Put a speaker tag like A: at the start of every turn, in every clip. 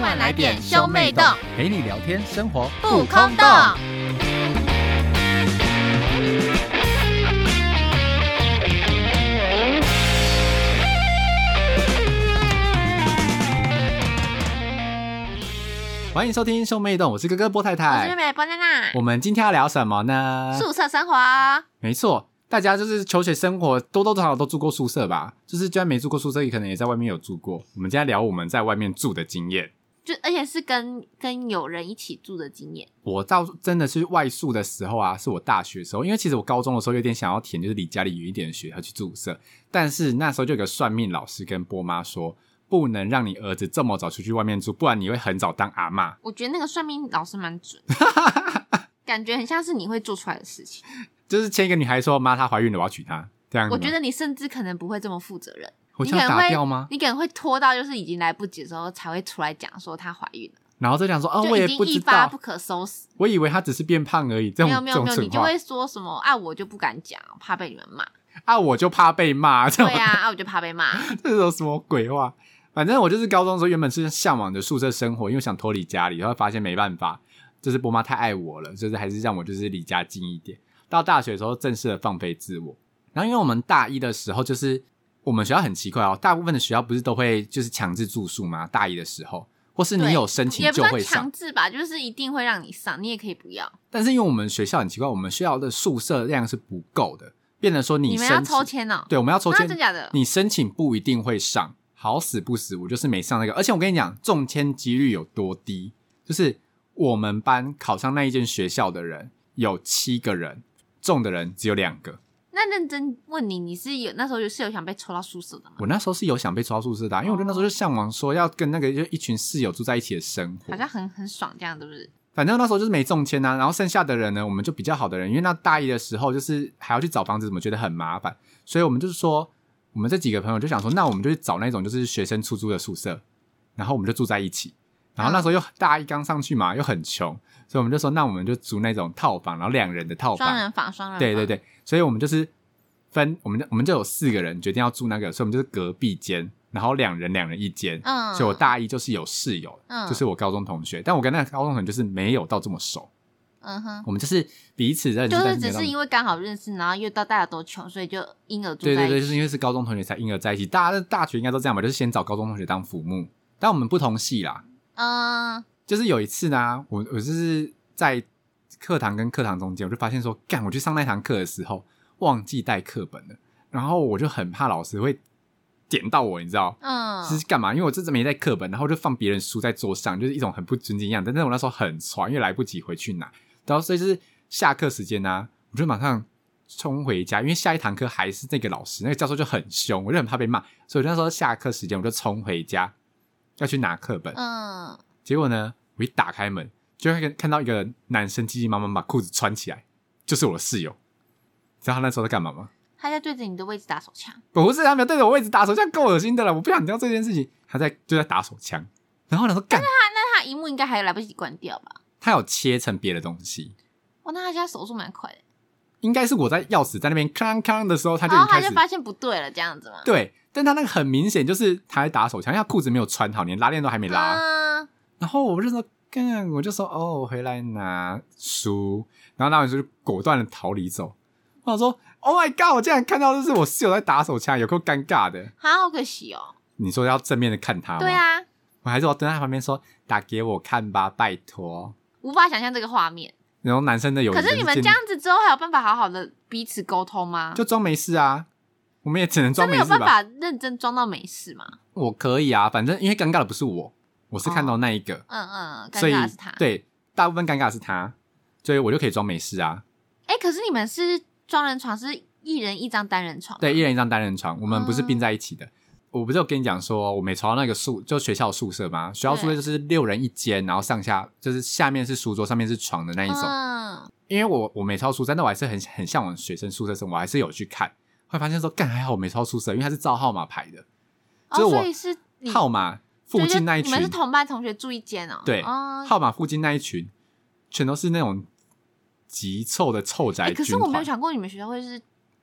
A: 快来点兄妹洞，
B: 陪你聊天，生活
A: 不空洞。
B: 欢迎收听兄妹洞，我是哥哥波太
A: 我是妹
B: 太。
A: 妹波娜娜
B: 我，们今天要聊什么呢？
A: 宿舍生活，啊
B: 没错，大家就是求学生活多多少少都住过宿舍吧，就是就算没住过宿舍，也可能也在外面有住过。我们今天聊我们在外面住的经验。
A: 就而且是跟跟友人一起住的经验，
B: 我到真的是外宿的时候啊，是我大学的时候，因为其实我高中的时候有点想要填就是离家里远一点的学校去住宿舍，但是那时候就有个算命老师跟波妈说，不能让你儿子这么早出去外面住，不然你会很早当阿嬷。
A: 我觉得那个算命老师蛮 准，感觉很像是你会做出来的事情。
B: 就是前一个女孩说妈她怀孕了，我要娶她，这样子
A: 我
B: 吗
A: 觉得你甚至可能不会这么负责任，
B: 嗯我
A: 你
B: 就
A: 可
B: 要
A: 能
B: 打
A: 会
B: 掉吗？
A: 你可能会拖到就是已经来不及的时候才会出来讲说她怀孕了，
B: 然后就讲说哦，我
A: 就
B: 也
A: 已经
B: 哦不
A: 一
B: 知
A: 发
B: 道
A: 不，可收拾。
B: 我以为她只是变胖而已，这
A: 没
B: 种
A: 有没
B: 这
A: 有
B: 种
A: 没有，你
B: 蠢
A: 就
B: 话
A: 会说什么啊？我就不敢讲，怕被你们 骂。
B: 啊，我就怕被骂，这
A: 对
B: 种
A: 啊，啊我就怕被骂。
B: 这种什么鬼话？反正我就是高中的时候原本是向往着宿舍生活，因为想脱离家里，然后发现没办法，就是波妈太爱我了，就是还是让我就是离家近一点。到大学的时候正式的放飞自我，然后因为我们大一的时候就是我们学校很奇怪哦，大部分的学校不是都会就是强制住宿吗？大一的时候，或是你
A: 对
B: 有申请
A: 也不
B: 就
A: 算
B: 会上
A: 强，制吧，就是一定会让你上，你也可以不要。
B: 但是因为我们学校很奇怪，我们学校的宿舍量是不够的，变成说
A: 你们要
B: 申
A: 抽
B: 请，
A: 签哦、
B: 对，我们要抽
A: 啊
B: 签
A: 真，假的？
B: 你申请不一定会上，好死不死，我就是没上那个。而且我跟你讲，中签几率有多低，就是我们班考上那一间学校的人有七个人，中的人只有两个。
A: 那认真问你，你是有那时候是有想被抽到宿舍的吗？
B: 我那时候是有想被抓宿舍的啊、因为我就那时候就向往说要跟那个就一群室友住在一起的生活
A: 好。像很很爽这样，对不对？
B: 反正那时候就是没中签啊，然后剩下的人呢，我们就比较好的人，因为那大一的时候就是还要去找房子，怎么觉得很麻烦，所以我们就是说，我们这几个朋友就想说，那我们就去找那种就是学生出租的宿舍，然后我们就住在一起。然后那时候又大一刚上去嘛，又很穷，所以我们就说，那我们就租那种套房，然后两人的套
A: 双
B: 房。
A: 人房，双人房。
B: 对对。对，所以我们就是分，我们就我们就有四个人决定要住那个，所以我们就是隔壁间，然后两人两人一间。
A: 嗯
B: 所以我大一就是有室友，
A: 嗯
B: 就是我高中同学，但我跟那个高中同学就是没有到这么熟，
A: 嗯哼，
B: 我们就是彼此认识，
A: 就
B: 但
A: 是
B: 是没
A: 只
B: 有到
A: 是因为刚好认识，然后又到大家都穷，所以就因而住
B: 对
A: 在
B: 对
A: 一起。
B: 对，就是因为是高中同学才因而在一起，大家大学应该都这样吧，就是先找高中同学当父母，但我们不同系啦，
A: 嗯，
B: 就是有一次呢，我我就是在课堂跟课堂中间，我就发现说，干，我去上那堂课的时候忘记带课本了，然后我就很怕老师会点到我，你知道。
A: 嗯，
B: 是干嘛？因为我这次没带课本，然后就放别人书在桌上，就是一种很不尊敬的样子。但是我那时候很喘，因为来不及回去拿，然后所以就是下课时间呢、我就马上冲回家，因为下一堂课还是那个老师，那个教授就很凶，我就很怕被骂，所以我那时候下课时间我就冲回家要去拿课本。
A: 嗯，
B: 结果呢，我一打开门，就会看到一个男生急急忙忙把裤子穿起来，就是我的室友。你知道他那时候在干嘛吗？
A: 他在对着你的位置打手枪。
B: 我不是他没有对着我位置打手枪，够恶心的了，我不想讲这件事情。他在就在打手枪，然后他说干，
A: 那他荧幕应该还来不及关掉吧？哦
B: 他有切成别的东西，
A: 哇，那他现在手速蛮快的。
B: 应该是我在钥匙在那边哐哐的时候，他就已
A: 然后哦
B: 经
A: 他
B: 开
A: 就
B: 始
A: 发现不对了，这样子吗？
B: 对，但他那个很明显就是他在打手枪，因为他裤子没有穿好，连拉链都还没拉。
A: 嗯，
B: 然后我就说干，我就说哦，我回来拿书，然后拿完书就果断的逃离走。我想说，Oh my god！我竟然看到就是我室友在打手枪，有够尴尬的。
A: 啊，好可惜哦。
B: 你说要正面的看他吗？
A: 对，啊，
B: 我还是我蹲在他旁边说打给我看吧，拜托。
A: 无法想象这个画面。
B: 然后男生的友谊
A: 可
B: 就是
A: 你们
B: 建
A: 这
B: 立
A: 样子之后，还有办法好好的彼此沟通吗？
B: 就装没事啊，我们也只能装
A: 真
B: 没
A: 的有办
B: 事吧。
A: 法认真装到没事吗？
B: 我可以啊，反正因为尴尬的不是我，我是看到那一个，
A: 嗯嗯，尴
B: 所以
A: 尬的是他。，
B: 对大部分尴尬的是他，所以我就可以装没事啊。
A: 哎、可是你们是双人床，是一人一张单人床。啊
B: 对，一，人一张单人床，我们不是
A: 嗯
B: 并在一起的。我不是有跟你讲说，我没床到那个宿，就学校宿舍嘛。学校宿舍
A: 对
B: 就是六人一间，然后上下就是下面是书桌，上面是床的那一种。
A: 嗯，
B: 因为我我没超宿舍，但我还是很很向往学生宿舍生活，我还是有去看。会发现说，干还好我没超宿舍，因为它是照号码排的，
A: 哦，
B: 就是我
A: 所以是你
B: 号码附
A: 对就
B: 近那一
A: 你
B: 群
A: 们是同班同学住一间哦。
B: 对
A: 哦
B: 号码附近那一群，全都是那种极臭的臭宅
A: 哎、
B: 军团。
A: 可是我没有想过你们学校会是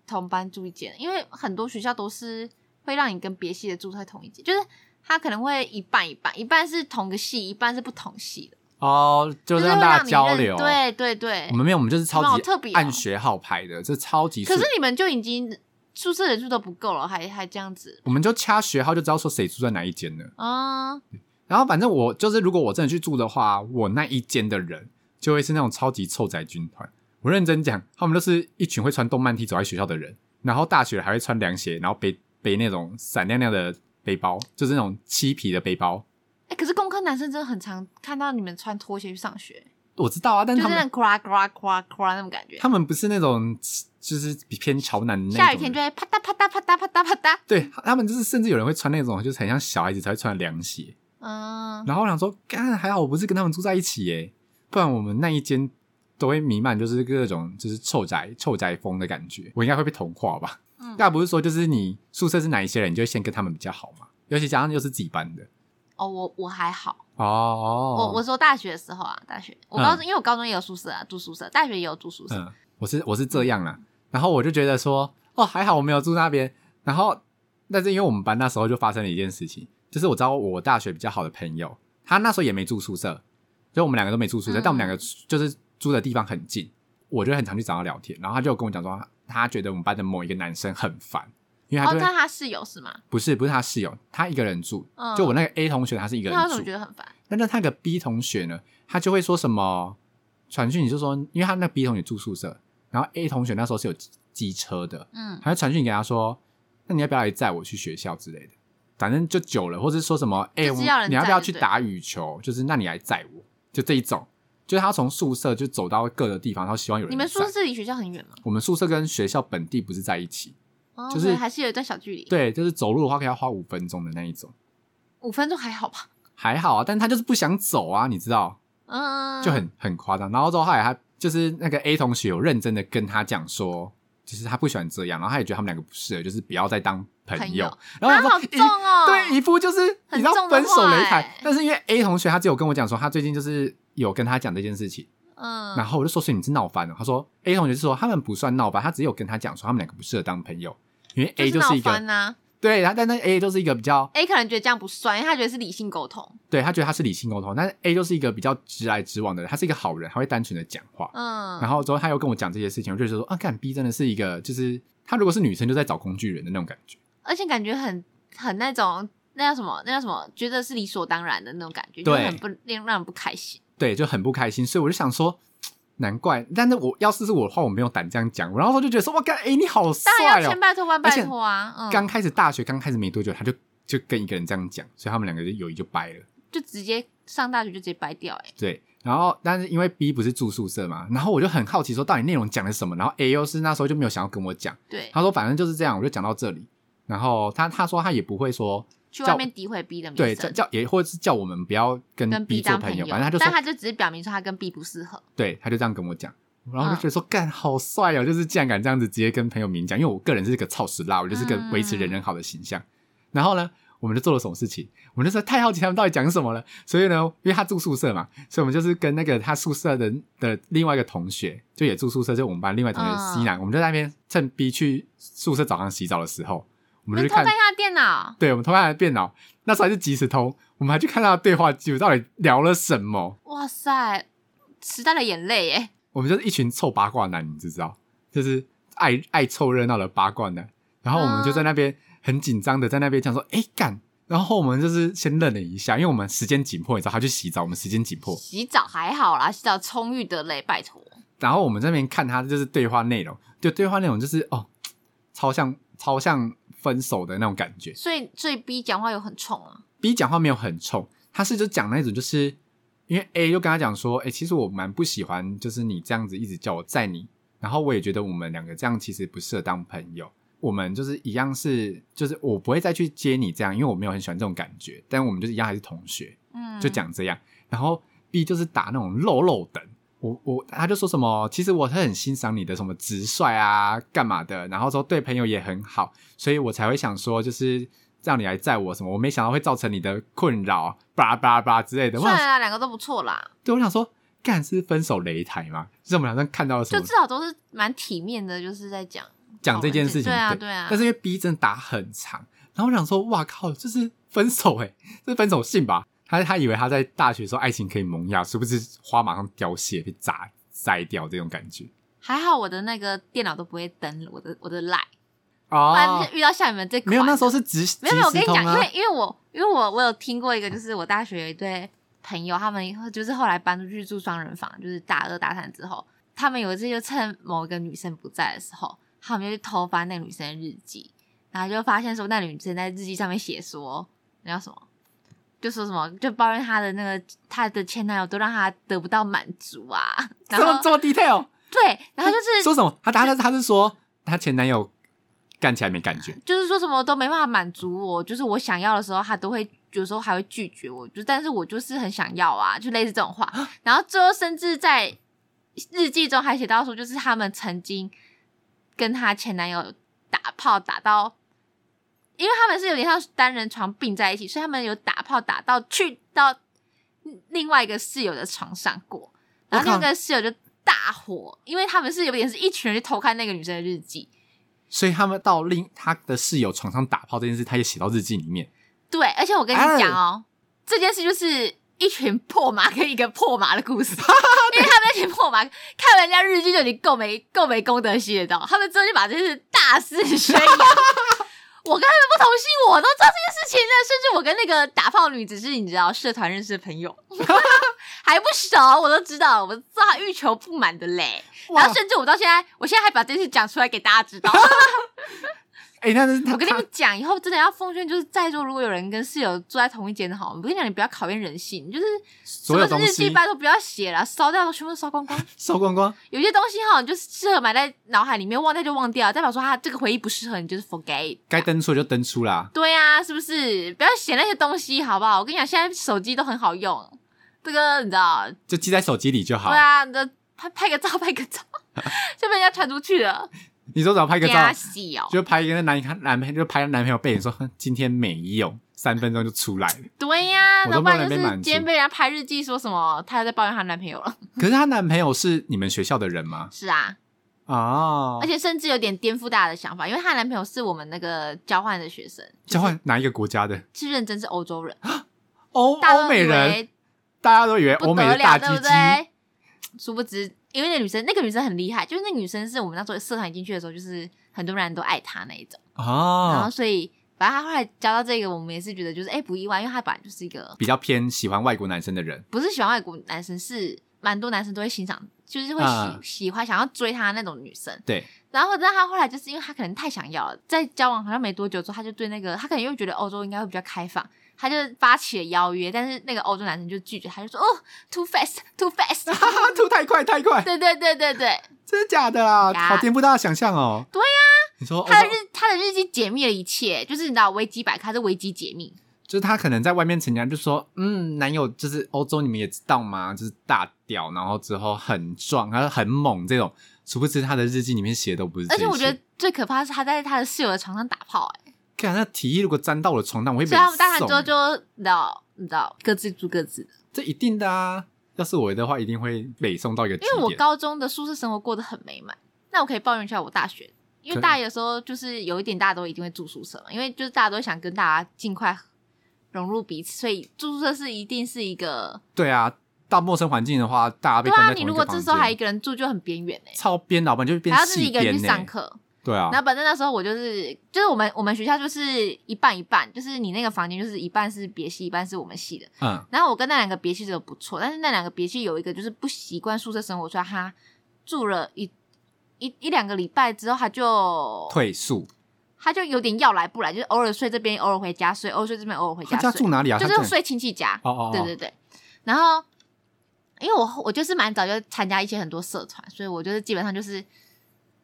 A: 同班住一间，因为很多学校都是会让你跟别系的住在同一间，就是他可能会一半一半，一半是同个系，一半是不同系的，
B: 哦，就是让
A: 会
B: 大家
A: 让你
B: 交
A: 认
B: 流。，
A: 对对对
B: 我。们没有，我们就是
A: 你们
B: 超
A: 好
B: 级
A: 特别哦
B: 按学号排的，这超级
A: 可
B: 顺
A: 是你们就已经宿舍人数都不够了，还还这样子，
B: 我们就掐学号就知道说谁住在哪一间了。
A: 嗯，
B: 然后反正我就是，如果我真的去住的话，我那一间的人就会是那种超级臭宅军团。我认真讲，他们都是一群会穿动漫 T 走在学校的人，然后大学还会穿凉鞋，然后背背那种闪亮亮的背包，就是那种漆皮的背包。
A: 哎、可是工科男生真的很常看到你们穿拖鞋去上学，
B: 我知道啊，但
A: 就是
B: 他
A: 那
B: 们
A: 种咵咵咵咵那种感觉
B: 他。们不是那种就是偏潮男的那种人，
A: 下雨天就会啪嗒啪嗒啪嗒啪嗒啪嗒，
B: 对他们就是甚至有人会穿那种就是很像小孩子才会穿的凉鞋。
A: 嗯，
B: 然后我想说，干还好我不是跟他们住在一起耶，不然我们那一间都会弥漫就是各种就是臭宅臭宅风的感觉，我应该会被同化吧？
A: 嗯
B: 那不是说就是你宿舍是哪一些人，你就会先跟他们比较好嘛？尤其加上又是自己班的
A: 哦，我我还好，
B: 哦，
A: 我我
B: 我
A: 说大学的时候啊，大学我高中、因为我高中也有宿舍啊，住宿舍，大学也有住宿舍，哦
B: 嗯，我是我是这样啦。然后我就觉得说，哦，还好我没有住那边。然后，但是因为我们班那时候就发生了一件事情，就是我知道我大学比较好的朋友，他那时候也没住宿舍，就我们两个都没住宿舍，
A: 嗯
B: 但我们两个就是住的地方很近，我就很常去找他聊天。然后他就跟我讲说，他觉得我们班的某一个男生很烦，因为他
A: 哦，
B: 就会、
A: 那他室友是吗？
B: 不是不是他室友，他一个人住，
A: 嗯
B: 就我那个 A 同学他是一个
A: 那
B: 人
A: 他为什
B: 住
A: 么，觉得很烦？
B: 但是他那个 B 同学呢，他就会说什么传讯，你就说，因为他那个 B 同学住宿舍，然后 A 同学那时候是有机机车的，
A: 嗯，
B: 还会传讯给他说，那你要不要来载我去学校之类的？反正就久了，或者说什么，哎、
A: 就
B: 我
A: 是要人
B: 你要不要
A: 载
B: 去
A: 就对
B: 打羽球？就是那你来载我，就这一种，就是他从宿舍就走到各个地方，然后希望有人
A: 你们宿
B: 载
A: 舍离学校很远吗？
B: 我们宿舍跟学校本地不是在一起，
A: 哦，
B: 就是
A: 所以还是有一段小距离，
B: 对，就是走路的话可以要花五分钟的那一种，
A: 五分钟还好吧？
B: 还好啊，但他就是不想走啊，你知道，
A: 嗯，
B: 就很很夸张。然后之后后来他就是那个 A 同学有认真的跟他讲说，就是他不喜欢这样，然后他也觉得他们两个不适合，就是不要再当朋
A: 朋
B: 友
A: 友。
B: 然后
A: 啊
B: 他
A: 好
B: 说
A: 重哦，
B: 对，一副就是你
A: 很
B: 知道
A: 重的
B: 分手擂
A: 话
B: 台
A: 欸。
B: 但是因为 A 同学他只有跟我讲说，他最近就是有跟他讲这件事情，
A: 嗯，
B: 然后我就说，所以你是闹翻了。他说 A 同学是说他们不算闹翻，他只有跟他讲说他们两个不适合当朋友，因为 A
A: 就
B: 就是
A: 闹
B: 一个
A: 翻啊呐、
B: 对，然后但那 A 就是一个比较
A: A 可能觉得这样不算，因为他觉得是理性沟通。
B: 对他觉得他是理性沟通，但是 A 就是一个比较直来直往的人，他是一个好人，他会单纯的讲话。
A: 嗯，
B: 然后之后他又跟我讲这些事情，我就觉得说啊，看 B 真的是一个，就是他如果是女生就在找工具人的那种感觉。
A: 而且感觉很很那种那叫什么那叫什么，觉得是理所当然的那种感觉，
B: 对
A: 就是很不令让人不开心。
B: 对，就很不开心，所以我就想说，难怪。但是我要是是我的话，我没有胆这样讲。然后我就觉得说，哇，干，哎，你好帅
A: 当然要
B: 哦
A: 千！拜托万拜
B: 而且
A: 托啊，嗯，
B: 刚开始大学刚开始没多久，他就就跟一个人这样讲，所以他们两个就友谊就掰了。
A: 就直接上大学就直接掰掉、欸，哎，
B: 对，然后但是因为 B 不是住宿舍嘛，然后我就很好奇说，到底内容讲的什么？然后 A 又是那时候就没有想要跟我讲，
A: 对，
B: 他说反正就是这样，我就讲到这里。然后他他说他也不会说
A: 去外面诋毁 B 的名
B: 对，叫
A: 声。
B: 叫也或者是叫我们不要跟
A: 跟
B: B 做
A: 当
B: 朋
A: 友，
B: 友，反正他就
A: 但
B: 说，
A: 他就只是表明说他跟 B 不适合，
B: 对，他就这样跟我讲，然后我就觉
A: 嗯
B: 得说，干、好帅哦，就是竟然敢这样子直接跟朋友明讲，因为我个人是个操死辣，我就是个
A: 嗯
B: 维持人人好的形象。然后呢，我们就做了什么事情？我们就说太好奇他们到底讲什么了，所以呢，因为他住宿舍嘛，所以我们就是跟那个他宿舍的的另外一个同学，就也住宿舍，就我们班另外一个同学
A: 嗯
B: 西南，我们就在那边趁 B 去宿舍早上洗澡的时候，我
A: 我
B: 们就去
A: 偷
B: 看
A: 看他的电脑，
B: 对，我们偷看他的电脑，那时候还是即时通，我们还去看他的对话记录到底聊了什么。
A: 哇塞，时代的眼泪耶、欸
B: 我们就是一群臭八卦男，你知道，就是爱爱凑热闹的八卦男。然后我们就在那边很紧张的在那边讲说：“哎、干！”然后我们就是先愣了一下，因为我们时间紧迫，你知道，他去洗澡，我们时间紧迫。
A: 洗澡还好啦，洗澡充裕的嘞，拜托。
B: 然后我们这边看他就是对话内容，就对话内容就是哦，超像超像分手的那种感觉。
A: 所以所以 B 讲话有很冲啊，
B: B 讲话没有很冲，他是就讲那种，就是因为 A 就跟他讲说，哎、其实我蛮不喜欢，就是你这样子一直叫我载你，然后我也觉得我们两个这样其实不适合当朋友，我们就是一样是，就是我不会再去接你这样，因为我没有很喜欢这种感觉，但我们就是一样还是同学，
A: 嗯，
B: 就讲这样。然后 B 就是打那种肉肉等，我我他就说什么，其实我是很欣赏你的什么直率啊，干嘛的，然后说对朋友也很好，所以我才会想说就是让你来载我什么，我没想到会造成你的困扰，叭叭叭之类的。我
A: 算
B: 想
A: 了啦，两个都不错啦，
B: 对，我想说，干是分手擂台嘛？就是我们好像看到了什
A: 就
B: 么
A: 至少都是蛮体面的，就是在讲
B: 讲这件事情，
A: 哦对啊对啊
B: 但是因为 B 真的打很长，然后我想说，哇靠，就是分手哎、这是分手信吧？他他以为他在大学的时候爱情可以萌芽，殊不知花马上凋谢被砸摘掉这种感觉
A: 还好我的那个电脑都不会登我的我的 line，不然
B: 哦
A: 就，是遇到像你们这款
B: 没有那时候
A: 的
B: 是直
A: 没有没有，我
B: 即
A: 跟
B: 时
A: 你
B: 通
A: 讲，
B: 啊
A: 因为因为我因为我我有听过一个，就是我大学有一对朋友，他们就是后来搬出去住双人房，就是大二大三之后，他们有一次就趁某一个女生不在的时候，他们就去偷翻那个女生的日记，然后就发现说那女生在日记上面写说那叫什么，就说什么就抱怨她的那个她的前男友都让她得不到满足啊，然
B: 这么
A: 后
B: 这么 detail，
A: 对，然后就是
B: 说什么？他他他他是说他前男友干起来没感觉，
A: 就是说什么都没办法满足我，就是我想要的时候，他都会有时候还会拒绝我，就但是我就是很想要啊，就类似这种话。然后最后甚至在日记中还写到说，就是他们曾经跟她前男友打炮打到，因为他们是有点像单人床并在一起，所以他们有打炮打到去到另外一个室友的床上过，然后
B: 我
A: 另
B: 靠
A: 外一个室友就大火，因为他们是有点是一群人去偷看那个女生的日记。
B: 所以他们到另他的室友床上打炮这件事，他也写到日记里面。
A: 对，而且我跟你讲哦，这件事就是一群破马跟一个破马的故事，因为他们那群破马看人家日剧就已经够没够没公德心了，你知道吗？他们之后就把这件事大肆宣扬。我跟他们不同心，我都知道这件事情了。甚至我跟那个打炮女只是你知道社团认识的朋友，还不熟，我都知道，我知道她欲求不满的嘞。然后甚至我到现在，我现在还把这件事讲出来给大家知道。
B: 哎、那是他
A: 我跟你
B: 他
A: 们讲，以后真的要奉劝，就是在座如果有人跟室友住在同一间的好，我跟你讲，你不要考验人性，你就是什
B: 所有
A: 么
B: 东
A: 日记
B: 西
A: 拜都不要写了，烧掉都全部烧光光。
B: 收光光，
A: 有些东西哈，你就适合埋在脑海里面，忘掉就忘掉，代表说他这个回忆不适合你，就是 forget it。
B: 该登出的就登出啦。
A: 对啊，是不是？不要写那些东西，好不好？我跟你讲，现在手机都很好用，这个你知道？
B: 就记在手机里就好。
A: 对啊，你的拍拍个照，拍个 照，就被人家传出去了，
B: 你说只要拍个
A: 给他
B: 照，
A: 洗哦。
B: 就拍一个男男朋友，就拍男朋友背影说哼今天没有，三分钟就 出来了。
A: 对呀、
B: 我
A: 要
B: 都
A: 不然就
B: 没有被
A: 是
B: 满足
A: 今天被人家拍日记说什么，她在抱怨她男朋友了。
B: 可是她男朋友是你们学校的人吗？
A: 是啊，
B: 哦
A: 而，且甚至有点颠覆大家的想法，因为她男朋友是我们那个交换的学生，
B: 交换哪一个国家的？
A: 是认真是欧洲人，
B: 欧
A: 大家
B: 啊欧
A: 都以
B: 美人，
A: 为
B: 大家都以为欧
A: 不
B: 美
A: 得
B: 是
A: 了，
B: 大
A: 对
B: 鸡
A: 不
B: 鸡。
A: 对？殊不知，因为那女生，那个女生很厉害，就是那个女生是我们那时候社团进去的时候，就是很多人都爱她那一种，然后
B: 哦，
A: 所以反正她后来交到这个，我们也是觉得就是哎、不意外，因为她本来就是一个
B: 比较偏喜欢外国男生的人。
A: 不是喜欢外国男生，是蛮多男生都会欣赏，就是会喜、
B: 啊
A: 喜欢想要追她那种女生。
B: 对，
A: 然后，但他后来就是因为他可能太想要了，在交往好像没多久之后，他就对那个他可能又觉得欧洲应该会比较开放，他就发起了邀约，但是那个欧洲男生就拒绝，他就说哦，too fast too fast，
B: 哈哈，啊吐太快太快，
A: 对对对对对，
B: 真的假的啦？
A: 呀
B: 好颠覆大家想象哦。
A: 对
B: 呀，你说
A: 他的
B: 欧洲
A: 日他的日记解密了一切，就是你知道维基百科他是维基解密，
B: 就是她可能在外面成家，就说，嗯，男友就是欧洲，你们也知道吗？就是大屌，然后之后很壮，然后很猛这种。殊不知她的日记里面写的都不是这
A: 而
B: 些。
A: 且我觉得最可怕的是他在他的室友的床上打炮、哎，
B: 干，看那体液如果沾到我的床单，我会被
A: 所以他们当然之后
B: 送
A: 就你知道你知道各自住各自的，
B: 这一定的啊。要是我的话，一定会北送到一个极
A: 因为我
B: 点。
A: 高中的宿舍生活过得很美满，那我可以抱怨一下我大学，因
B: 可以
A: 为大一的时候就是有一点大家都一定会住宿舍嘛，因为就是大家都想跟大家尽快融入彼此，所以住宿舍是一定是一个
B: 对啊，到陌生环境的话，大家被
A: 对
B: 关
A: 啊，
B: 在
A: 你
B: 同一
A: 如
B: 个
A: 果
B: 房间，
A: 这时候还一个人住就很边缘哎、
B: 超边，老板就会变
A: 还要自己
B: 细
A: 一个人
B: 边
A: 去上
B: 呢。
A: 课。
B: 对啊，
A: 然后反正那时候我就是就是我们我们学校就是一半一半，就是你那个房间就是一半是别系，一半是我们系的。
B: 嗯，
A: 然后我跟那两个别系的不错，但是那两个别系有一个就是不习惯宿舍生活，所以他住了一一一两个礼拜之后，他就
B: 退宿。
A: 他就有点要来不来，就是偶尔睡这边，偶尔回家睡，偶尔睡这边，偶尔回
B: 他
A: 家
B: 家
A: 睡，
B: 住哪里啊？
A: 就
B: 他
A: 是
B: 在
A: 睡亲戚家。
B: 哦哦，哦
A: 对对对，然后因为我我就是蛮早就参加一些很多社团，所以我就是基本上就是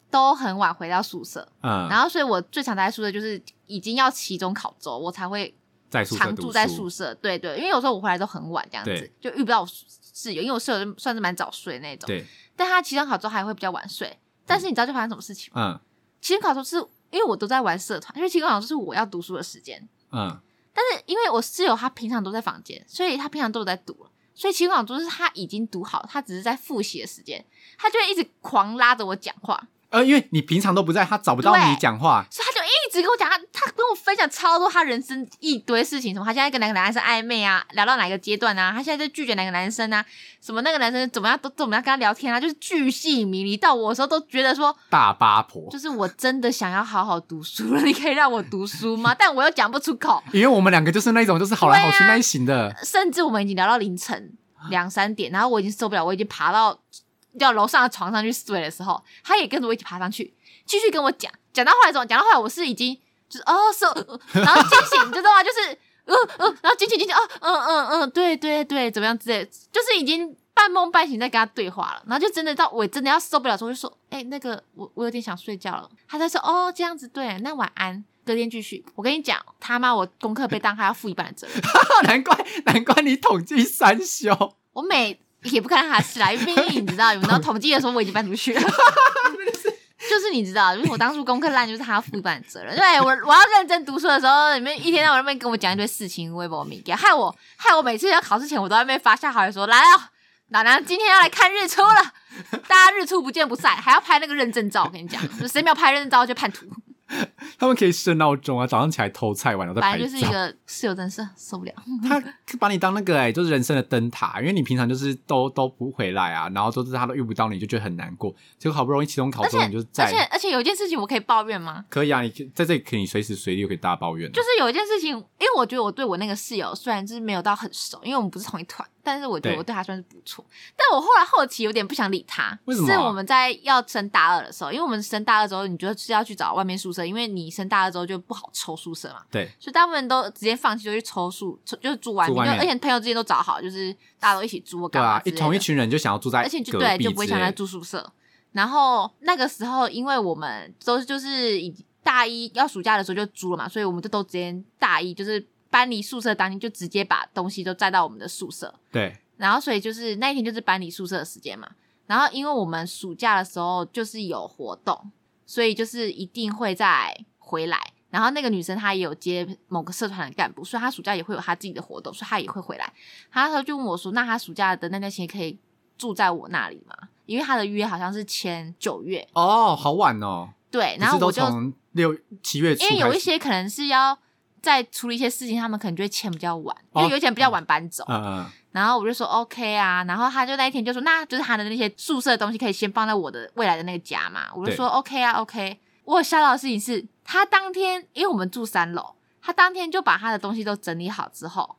A: 都很晚回到宿舍，
B: 嗯，
A: 然后所以我最常待在宿舍就是已经要期中考周，我才会
B: 在宿舍
A: 常
B: 读
A: 住在宿
B: 书
A: 舍，对对，因为有时候我回来都很晚这样子
B: 对，
A: 就遇不到我室友，因为我室友就算是蛮早睡那种。
B: 对，
A: 但他期中考之后还会比较晚睡。但是你知道就发生什么事情吗？
B: 嗯
A: 期中考之后是因为我都在玩社团，因为期中考就是我要读书的时间。
B: 嗯，
A: 但是因为我室友他平常都在房间，所以他平常都有在读，所以期中考就是他已经读好，他只是在复习的时间，他就会一直狂拉着我讲话，
B: 呃，因为你平常都不在，他找不到
A: 对
B: 你讲话，
A: 所以他就一直跟我讲，他他跟我分享超多他人生一堆事情，什么他现在跟哪个男生暧昧啊，聊到哪个阶段啊，他现在在拒绝哪个男生啊，什么那个男生怎么样都怎么样跟他聊天啊，就是巨细迷离，到我的时候都觉得说，
B: 大八婆
A: 就，是我真的想要好好读书了，你 可以让我读书吗？但我又讲不出口，
B: 因为我们两个就是那种就是好来好去那一型的，
A: 甚至我们已经聊到凌晨两三点，然后我已经受不了，我已经爬到要楼上的床上去睡的时候，他也跟着我一起爬上去，继续跟我讲，讲到后来怎么？讲到后来我是已经就是哦手，然后惊醒，你知道吗？就是嗯嗯，然后惊醒惊醒哦，嗯嗯嗯，对对对，怎么样之类，就是已经半梦半醒在跟他对话了，然后就真的到我真的要受不了的时候，我就说，哎、那个我我有点想睡觉了，他才说哦这样子对，那晚安。隔天继续，我跟你讲，他妈我功课被当，他要负一半的责任。
B: 难怪难怪你统计三休，
A: 我每也不看他是啦，因为毕竟你知道，你 知道统计的时候我已经搬出去了。就是你知道，就是我当初功课烂，就是他负一半责任。对我，我要认真读书的时候，你们一天到晚在那边跟我讲一堆事情，微博敏感，害我害我每次要考试前，我都在那边发下好言说，来啊，奶奶今天要来看日出了， 大家日出不见不散，还要拍那个认证照。我跟你讲，就谁没有拍认证照就叛徒，
B: 他们可以设闹钟啊，早上起来偷菜完了再
A: 反
B: 拍
A: 正就是一
B: 照。
A: 个室友真是受不了。
B: 他把你当那个哎、就是人生的灯塔，因为你平常就是都都不回来啊，然后都是他都遇不到你，就觉得很难过。结果好不容易期中考中，你就
A: 而且
B: 在
A: 而且有一件事情我可以抱怨吗？
B: 可以啊，你可以在这里可以随时随地可以大抱怨啊，
A: 就是有一件事情，因为我觉得我对我那个室友虽然就是没有到很熟，因为我们不是同一团，但是我觉得
B: 对
A: 我对他算是不错。但我后来后期有点不想理他，
B: 为什么啊
A: 是我们在要升大二的时候，因为我们升大二之后，你就是要去找外面宿舍，因为你升大二之后就不好抽宿舍嘛，
B: 对，
A: 所以大部分都直接放弃，就去抽宿，抽就是住外
B: 住外
A: 面，
B: 面
A: 就而且朋友之间都找好，就是大家都一起住或
B: 对
A: 干嘛
B: 啊，
A: 之
B: 一
A: 类的、
B: 同一群人就想要住在
A: 而且就
B: 隔
A: 对，
B: 壁
A: 就不会
B: 之
A: 想
B: 类
A: 再
B: 的
A: 住宿舍。然后那个时候，因为我们都就是已大一要暑假的时候就租了嘛，所以我们就都直接大一就是搬离宿舍当天就直接把东西都载到我们的宿舍，
B: 对，
A: 然后所以就是那一天就是搬离宿舍的时间嘛。然后因为我们暑假的时候就是有活动，所以就是一定会再回来。然后那个女生她也有接某个社团的干部，所以她暑假也会有她自己的活动，所以她也会回来。她那时候就问我说：“那她暑假的那段时间可以住在我那里吗？”因为她的约好像是签九月，
B: 哦，好晚哦，
A: 对。
B: 可
A: 然后
B: 是
A: 我
B: 都
A: 就
B: 从六七月初
A: 因为
B: 开
A: 有一
B: 始
A: 些可能是要在处理一些事情，他们可能就会签比较晚，因为
B: 哦
A: 有一些人比较晚搬走。
B: 嗯嗯，
A: 然后我就说 OK 啊，然后他就那一天就说，那就是他的那些宿舍的东西可以先放在我的未来的那个家嘛。我就说 OK 啊，OK。我有吓到的事情是，他当天因为我们住三楼，他当天就把他的东西都整理好之后，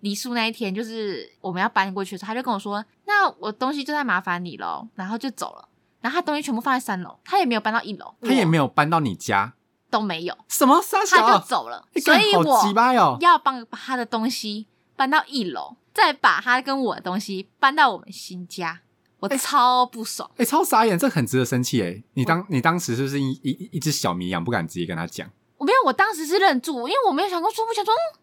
A: 离宿那一天就是我们要搬过去的时候，他就跟我说，那我东西就在麻烦你喽，然后就走了。然后他东西全部放在三楼，他也没有搬到一楼，
B: 他也
A: 我
B: 没有搬到你家，
A: 都没有，
B: 什么傻小
A: 他就
B: 啊，
A: 走了。
B: 你
A: 所
B: 干
A: 以
B: 好
A: 我
B: 鸡巴哦，
A: 要帮把他的东西搬到一楼，再把他跟我的东西搬到我们新家，我超不爽。
B: 哎、超傻眼，这很值得生气哎！你当你当时是不是一一一一只小绵羊，不敢直接跟他讲？
A: 我没有，我当时是愣住，因为我没有想过说，我想说，嗯，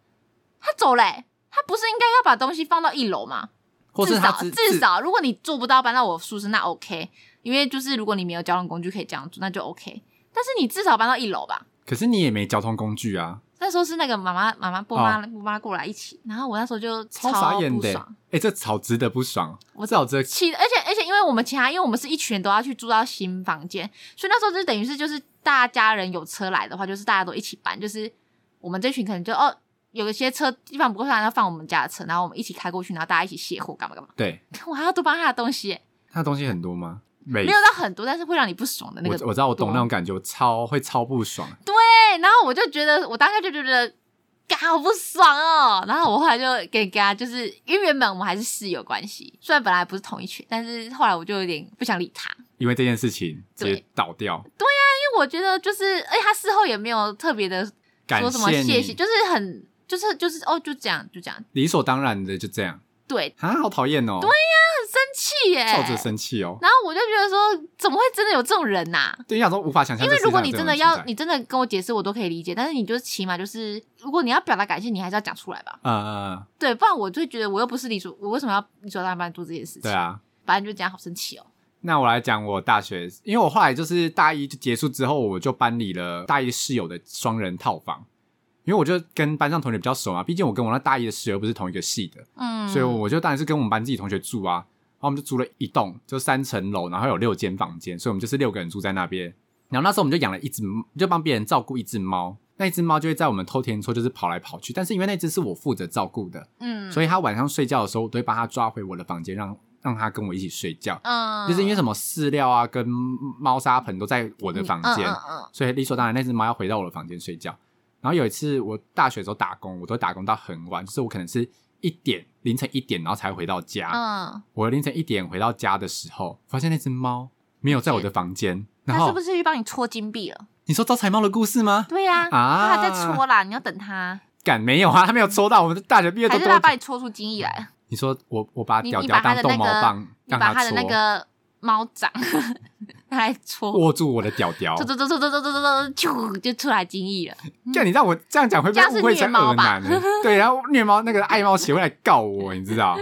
A: 他走嘞、他不是应该要把东西放到一楼吗？
B: 或是
A: 至
B: 他
A: 少
B: 只
A: 至少，如果你做不到搬到我宿舍，那 OK，因为就是如果你没有交通工具可以这样做，那就 OK。但是你至少搬到一楼吧。
B: 可是你也没交通工具啊，
A: 那时候是那个妈妈、妈妈、波妈、波妈过来一起，然后我那时候就
B: 哦超傻
A: 超
B: 眼
A: 不
B: 的
A: 爽
B: 哎、。欸这超值得不爽，
A: 我
B: 这好值得
A: 其而且而且，因为我们其他，因为我们是一群人都要去住到新房间，所以那时候就等于是就是大家人有车来的话，就是大家都一起搬，就是我们这群可能就哦，有一些车地方不够上，要放我们家的车，然后我们一起开过去，然后大家一起卸货干嘛干 嘛。
B: 对。
A: 我还要多搬他的东西耶，
B: 他东西很多吗？没
A: 没有到很多，但是会让你不爽的那个。
B: 我我知道，我懂
A: 多
B: 那种感觉，我超会超不爽。
A: 对，然后我就觉得，我当下就觉得，嘎，好不爽哦。然后我后来就给嘎，就是因为原本我们还是室友关系，虽然本来不是同一群，但是后来我就有点不想理他。
B: 因为这件事情直接
A: 对
B: 倒掉，
A: 我觉得就是，而且他事后也没有特别的
B: 感
A: 说什么
B: 谢
A: 谢
B: 你，
A: 谢，就是很就是就是哦，就这样就这样，
B: 理所当然的就这样
A: 对，
B: 啊，好讨厌哦，对，
A: 很生气耶。
B: 照着生气哦。
A: 然后我就觉得说，怎么会真的有这种人呐、
B: 对，你想说无法想象
A: 因
B: 这
A: 为
B: 世
A: 如
B: 界
A: 果
B: 上有
A: 你真的
B: 这种人存在，
A: 要，你真的跟我解释，我都可以理解。但是你就是起码就是，如果你要表达感谢，你还是要讲出来吧。
B: 嗯嗯，嗯
A: 对，不然我就觉得我又不是理所，我为什么要理所当然帮你做这件事情？
B: 对啊，
A: 反正就这样，好生气哦。
B: 那我来讲我大学，因为我后来就是大一就结束之后，我就搬离了大一室友的双人套房，因为我就跟班上同学比较熟嘛，毕竟我跟我那大一的室友不是同一个系的，
A: 嗯，
B: 所以我就当然是跟我们班自己同学住啊。然后我们就租了一栋，就三层楼，然后有六间房间，所以我们就是六个人住在那边。然后那时候我们就养了一只，就帮别人照顾一只猫。那一只猫就会在我们偷田厝，就是跑来跑去。但是因为那只是我负责照顾的，
A: 嗯，
B: 所
A: 以
B: 以它晚上睡觉的时候，我都会把它抓回我的房间，让让它跟我一起睡觉。
A: 嗯，
B: 就是因为
A: 么
B: 什么饲料啊跟猫砂盆都在我的房间，
A: 嗯
B: 所以理所当然那只猫要回到我的房间睡觉。然后有一次我大学的时候打工，我都会打工到很晚，就是我可能是一点凌晨一点，然后才回到家。
A: 嗯，
B: 我凌晨一点回到家的时候，发现那只猫没有在我的房间。然
A: 他嗯
B: 后
A: 是不是去帮你戳金币了？
B: 你说招财猫的故事吗？
A: 对呀，
B: 啊
A: 他还在戳啦，你要等他，
B: 敢没有啊，它没有抽到。我们大学毕业都
A: 还是
B: 多
A: 他
B: 久
A: 把你戳出金翼来？
B: 你说我我把
A: 你
B: 屌
A: 你
B: 屌
A: 把它
B: 当
A: 的
B: 逗
A: 那
B: 猫
A: 个
B: 棒，
A: 你
B: 让
A: 把
B: 它
A: 他的
B: 戳，
A: 那个猫掌 拿来戳，
B: 握住我的屌屌
A: 戳。戳戳戳戳戳戳戳，啾就出来金翼了。
B: 就你让我这样讲会
A: 这
B: 被
A: 样是
B: 误会
A: 虐
B: 成
A: 猫
B: 恶
A: 吧
B: 男欸，对，然后虐猫那个爱猫协会来告我，你知道？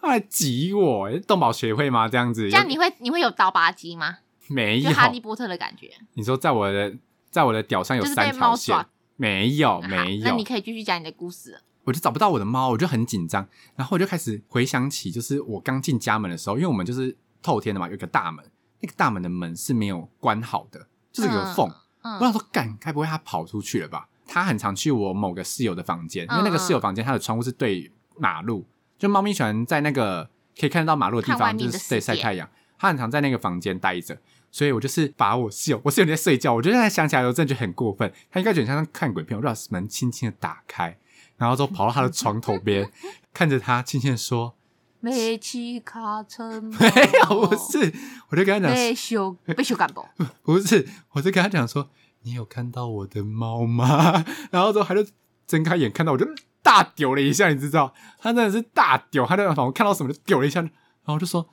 B: 他来挤我，欸动保协会吗？这样子，
A: 这样你会你会有刀疤肌吗？
B: 没有
A: 就？哈利波特的感觉，
B: 你说在我的在我的屌上有
A: 就是被
B: 三条
A: 猫
B: 线
A: 抓？
B: 没有，
A: 好
B: 哦没
A: 那
B: 有
A: 你，可以继续讲你的故事了。
B: 我就找不到我的猫，我就很紧张，然后我就开始回想起，就是我刚进家门的时候，因为我们就是透天的嘛，有一个大门，那个大门的门是没有关好的，就是有
A: 嗯
B: 缝。
A: 嗯
B: 我想说，干，该不会他跑出去了吧？他很常去我某个室友的房间，因为那个
A: 嗯嗯
B: 室友房间它的窗户是对马路，就猫咪喜欢在那个可以看得到马路的地
A: 看外
B: 方，
A: 面
B: 就
A: 的
B: 是
A: 世
B: 对晒
A: 界
B: 太阳。它很常在那个房间待着，所以我就是把我室友，我室友在睡觉，我就现在想起来，我真的觉得很过分。他应该觉得像看鬼片，我就把门轻轻的打开，然后就跑到他的床头边， 看着他，轻轻的说
A: 美奇卡城：“
B: 没有，不是。”我就跟他讲
A: 被修被修 干部，
B: 不是，我就跟他讲说，你有看到我的猫吗？ 然后之后他就睁开眼看到我就大丢了一下，你知道，他真的是大丢，他在房我看到什么就丢了一下，然后我就说。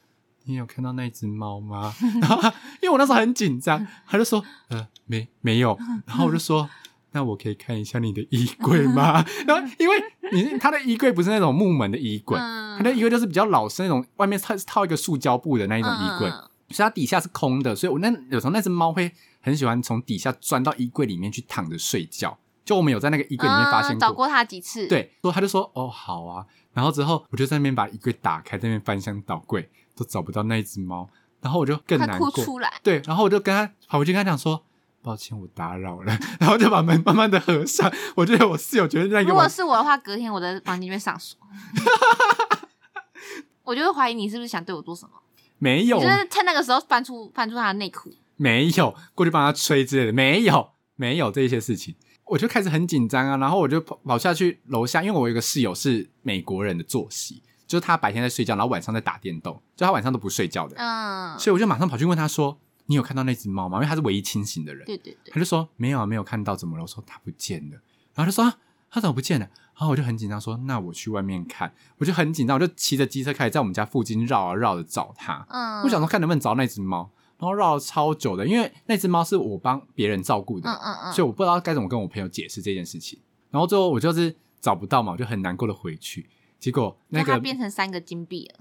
B: 你有看到那只猫吗？ 然后他，因为我那时候很紧张，他就说：“呃，没没有。”然后我就说：“那我可以看一下你的衣柜吗？” 然后，因为你他的衣柜不是那种木门的衣柜，他
A: 嗯
B: 的衣柜就是比较老式那种，外面套套一个塑胶布的那一种衣柜。
A: 嗯嗯
B: 所以它底下是空的，所以我那有时候那只猫会很喜欢从底下钻到衣柜里面去躺着睡觉。就我们有在那个衣柜里面发现
A: 嗯找
B: 过，
A: 过他几次，，
B: 对，所以他就说哦好啊，然后之后我就在那边把衣柜打开，在那边翻箱倒柜，都找不到那一只猫，然后我就更
A: 快
B: 难
A: 哭
B: 过，
A: 出来，
B: 对，然后我就跟他跑回去跟他讲说。抱歉，我打扰了， 然后就把门慢慢的合上。我觉得我室友觉得那
A: 如
B: 个我
A: 果是我的话，隔天我的房间就会上 锁。我就会怀疑你是不是想对我做什么？
B: 没
A: 你
B: 有
A: 就是趁那个时候翻出翻出他的内裤，
B: 没有过去帮他吹之类的，没有，没有这些事情，我就开始很紧张啊，然后我就跑跑下去楼下，因为我有一个室友是美国人的作息，就是他白天在睡觉，然后晚上在打电动，就他晚上都不睡觉的，
A: 嗯，
B: 所以我就马上跑去问他说：“你有看到那只猫吗？”因为他是唯一清醒的人，
A: 对对对，
B: 他就说：“没有啊，没有看到，怎么了？”我说：“它不见了。”然后他就说：“啊，它怎么不见了？”然后我就很紧张说：“那我去外面看。”我就很紧张，我就骑着机车开始在我们家附近绕啊绕的找它。
A: 嗯，
B: 我想说看能不能找到那只猫，然后绕了超久的，因为那只猫是我帮别人照顾的，
A: 嗯，嗯嗯
B: 所以我不知道该怎么跟我朋友解释这件事情。然后最后我就是找不到嘛，我就很难过的回去。结果那
A: 那它
B: 个
A: 变成三个金币了，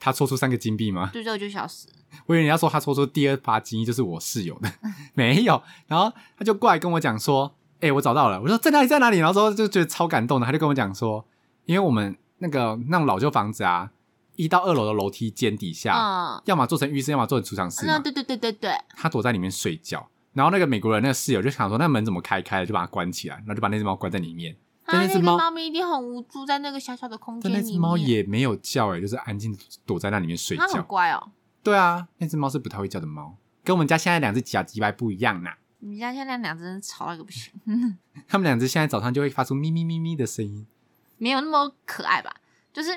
B: 他抽出三个金币吗？
A: 对，之后就消失了。
B: 我以为人家说他抽出第二把金币就是我室 友的，没有。然后他就过来跟我讲说：“哎、我找到了。”我说：“在哪里，在哪里？”然后之后就觉得超感动的，他就跟我讲说：“因为我们那个那种老旧房子啊，一到二楼的楼梯间底下，
A: 嗯，
B: 要么做成浴室，要么做成储藏室嘛。
A: 那对对对对对，
B: 他躲在里面睡觉。然后那个美国人那个室友就想说，那门怎么开开了，就把它关起来，然后就把那只猫关在里面。但
A: 啊，
B: 那
A: 那
B: 只
A: 个
B: 猫
A: 猫咪一定很无助，在那个小小的空间
B: 但
A: 里
B: 那
A: 面。
B: 只猫也没有叫、欸，哎，就是安静地躲在那里面睡
A: 它很
B: 觉。
A: 乖哦。
B: 对啊，那只猫是不太会叫的猫，跟我们家现在两只假鸡白不一样啦。
A: 你们家现在两只人吵到一个不行，
B: 它们两只现在早上就会发出咪咪咪咪的声音，
A: 没有那么可爱吧？就是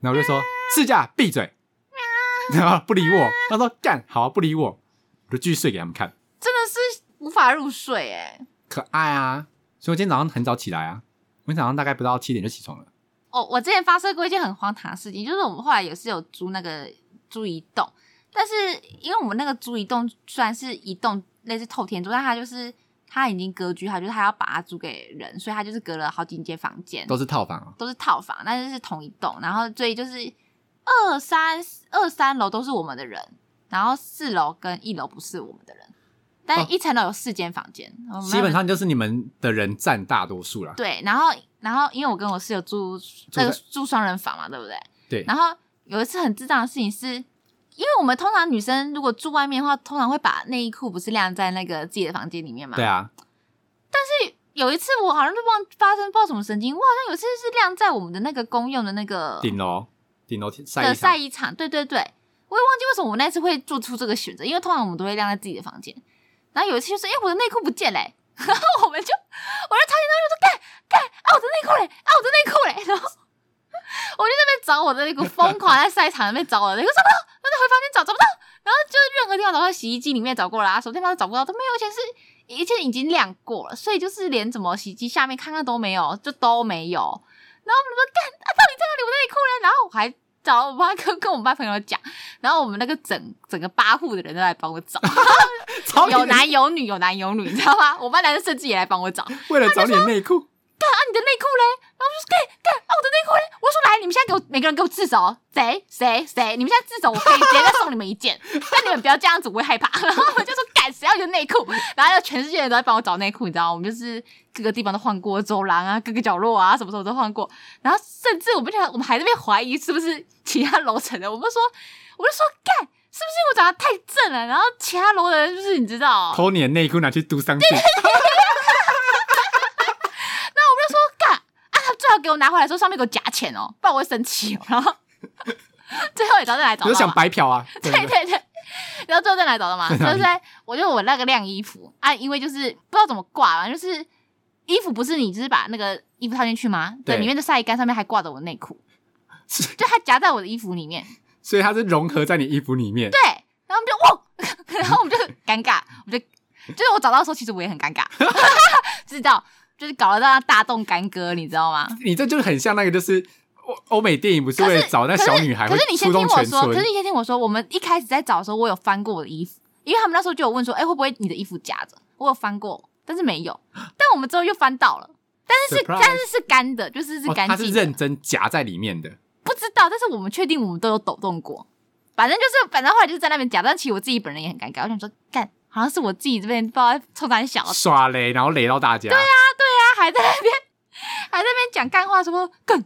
B: 然后我就
A: 啊
B: 说试驾闭嘴，然后不理我。他说干好、啊、不理我，我就继续睡给他们看，
A: 真的是无法入睡哎。
B: 可爱啊。所以我今天早上很早起来啊，我今天早上大概不到七点就起床了。
A: 哦，我之前发生过一件很荒唐的事情，就是我们后来也是有租那个租一栋，但是因为我们那个租一栋虽然是一栋类似透天租，但它就是它已经格局好，就是它要把它租给人，所以它就是隔了好几间房间，
B: 都是套房啊，
A: 都是套房，但是是同一栋，然后所以就是二三二三楼都是我们的人，然后四楼跟一楼不是我们的人，但
B: 哦
A: 是一层楼有四间房间，我们
B: 基本上就是你们的人占大多数啦。
A: 对，然后然后因为我跟我室友住那
B: 在
A: 个住双人房嘛，对不对？
B: 对
A: 然后有一次很智障的事情是，因为我们通常女生如果住外面的话，通常会把内衣裤不是晾在那个自己的房间里面嘛。
B: 对啊，
A: 有一次我好像就忘发生不知道什么神经，我好像有一次是晾在我们的那个公用的那个
B: 顶楼顶楼晒
A: 的
B: 衣场
A: 晒衣场，哦对对对，我也忘记为什么我那次会做出这个选择，因为通常我们都会晾在自己的房间。然后有一次就是，哎、我的内裤不见嘞、欸 然后我们就我就超紧张，就说干干啊，我的内裤嘞，啊，我的内裤嘞，然 后我就在那边找我的内裤，疯狂在晒场那边找我的内裤，找不到，我就回房间找找不到，然后就是任何地方找不到，洗衣机里面找过了啊，什么地方都找不到，都没有，而且是一切已经晾过了，所以就是连怎么洗衣机下面看看都没有，就都没有。然后我们就说干啊，到底在哪里我的内裤嘞？然后我还找我妈跟跟我们班朋友讲，然后我们那个整整个八户的人都来帮我找，
B: 找你的
A: 有男有女，有男有女，你知道吗？我班男生甚至也来帮我找。
B: 为了找你的内裤，
A: 啊，你的内裤嘞？然后我就说，干干啊，我的内裤嘞！我说来，你们现在给我每个人给我自首，谁谁谁，你们现在自首，我可以直接再送你们一件，但你们不要这样子，我会害怕。然后我就说，干谁要你的内裤？然后全世界人都在帮我找内裤，你知道吗？我们就是各个地方都换过，走廊啊，各个角落啊，什么时候都换过。然后甚至我们想，我们还在那边怀疑是不是其他楼层的，我们说，我就说干。是不是因为我长得太正了？然后其他楼的人就是你知道，
B: 偷你的内裤拿去 do something，
A: 那我们就说干啊，他最好给我拿回来的时候上面给我夹钱哦，不然我会生气哦。然后 最后也找再来找
B: 你 就
A: 到
B: 想
A: 嘛，
B: 白嫖啊？对
A: 对
B: 不对
A: 对对，然后最后再来找到嘛，就是在我就我那个晾衣服啊，因为就是不知道怎么挂嘛，就是衣服不是你就是把那个衣服套进去吗？对，
B: 对
A: 里面的晒衣杆上面还挂着我内裤，
B: 是
A: 就它夹在我的衣服里面，
B: 所以它是融合在你衣服里面。
A: 对，然后我们就哇， 然后我们就很尴尬，我们就就是我找到的时候，其实我也很尴尬， 知道。就是搞得让他大动干戈，你知道吗？
B: 你这就是很像那个，就是欧欧美电影不是为了找那
A: 可是
B: 小女孩
A: 可
B: 会
A: 是你先
B: 出
A: 听
B: 动
A: 我
B: 全
A: 说，可是
B: 村，
A: 你先听我说，我们一开始在找的时候，我有翻过我的衣服，因为他们那时候就有问说，哎、会不会你的衣服夹着？我有翻过，但是没有。但我们之后又翻到了，但是是
B: Surprise
A: 但是是干的，就是是
B: 哦
A: 干
B: 它是
A: 净的。哦
B: 认真夹在里面的。
A: 不知道，但是我们确定我们都有抖动过。反正就是，反正后来就是在那边夹，但其实我自己本人也很尴尬。我想说，干，好像是我自己这边不知道在冲胆小，
B: 耍雷，然后雷到大家。对啊，
A: 他还在那边还在那边讲干话说干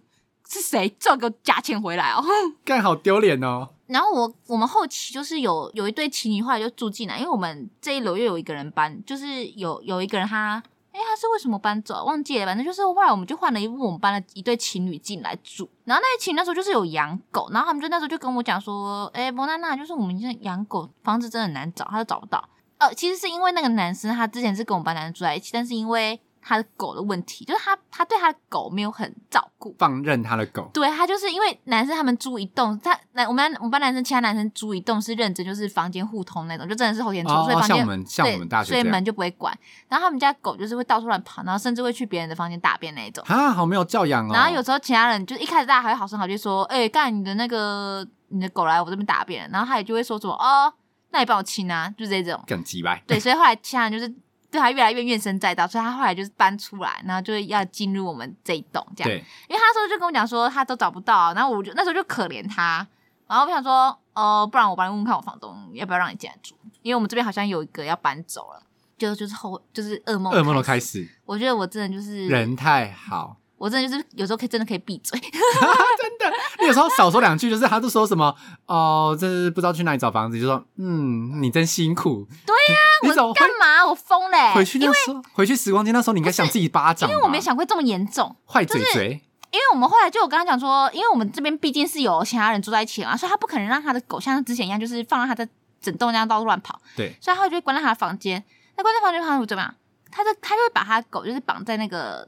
A: 是谁？最好给我夹钱回来哦。
B: 干好丢脸哦！
A: 然后我我们后期就是有有一对情侣后来就住进来，因为我们这一楼又有一个人搬，就是有有一个人他，哎他是为什么搬走啊忘记了，反正就是后来我们就换了一我们班的一对情侣进来住，然后那对情侣那时候就是有养狗，然后他们就那时候就跟我讲说，哎伯娜娜，就是我们现在养狗房子真的很难找，他都找不到。呃，其实是因为那个男生他之前是跟我们班男生住在一起，但是因为他的狗的问题，就是他他对他的狗没有很照顾，
B: 放任他的狗，
A: 对他就是因为男生他们租一栋，他男我们班我们班男生其他男生租一栋是认真就是房间互通那种，就真的是后天住，
B: 哦
A: 所以房
B: 像我
A: 间
B: 们像我们大学
A: 对所
B: 这
A: 以
B: 样
A: 门就不会管。然后他们家狗就是会到处乱跑，然后甚至会去别人的房间大便那一种。
B: 啊，好没有教养哦。
A: 然后有时候其他人就是一开始大家还会好声好气说：“哎、干你的那个你的狗来我这边大便。”然后他也就会说什么：“哦，那你帮我亲啊。”就这种。
B: 更鸡掰，
A: 对，所以后来其他人就是对他越来越怨声载道，所以他后来就是搬出来，然后就要进入我们这一栋这样。
B: 对，
A: 因为他那时候就跟我讲说他都找不到，然后我就那时候就可怜他，然后我想说，呃，不然我帮你问问看我房东要不要让你进来住，因为我们这边好像有一个要搬走了，就就是后就是噩梦，
B: 噩梦都开。始。
A: 我觉得我真的就是，
B: 人太好，
A: 我真的就是有时候可以真的可以闭嘴，
B: 真的，你有时候少说两句，就是他都说什么哦，这是不知道去哪里找房子，就说嗯，你真辛苦。对呀、你怎么
A: 啊我
B: 会
A: 干欸嘛？我疯嘞、
B: 回去那时候，回去时光机那时候，你应该想自己巴掌
A: 因
B: 吧，
A: 为我没想过这么严重，
B: 坏嘴嘴，
A: 因为我们后来就有跟他讲说，因为我们这边毕竟是有其他人住在一起嘛，所以他不可能让他的狗像之前一样，就是放让他在整栋这样到处乱跑。
B: 对，
A: 所以他会就会关在他的房间。那关在房间的话，我怎么样？他就他就会把他的狗就是绑在那个